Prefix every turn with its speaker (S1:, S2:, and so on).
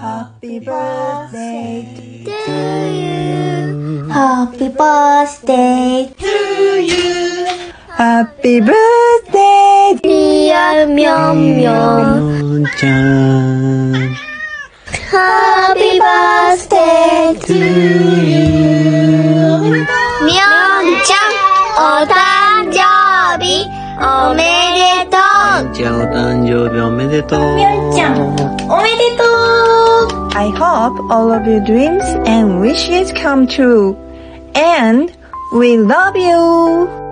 S1: Happy birthday
S2: to you. Happy birthday,
S1: Happy birthday
S2: dear Myeon
S3: のんちゃん。
S2: Happy birthday to you. みょんちゃん、お誕生日、おめでとう。
S3: じゃあお誕生日おめでとう。
S2: みょんちゃん、おめでとう。
S1: I hope all of your dreams and wishes come true. And we love you!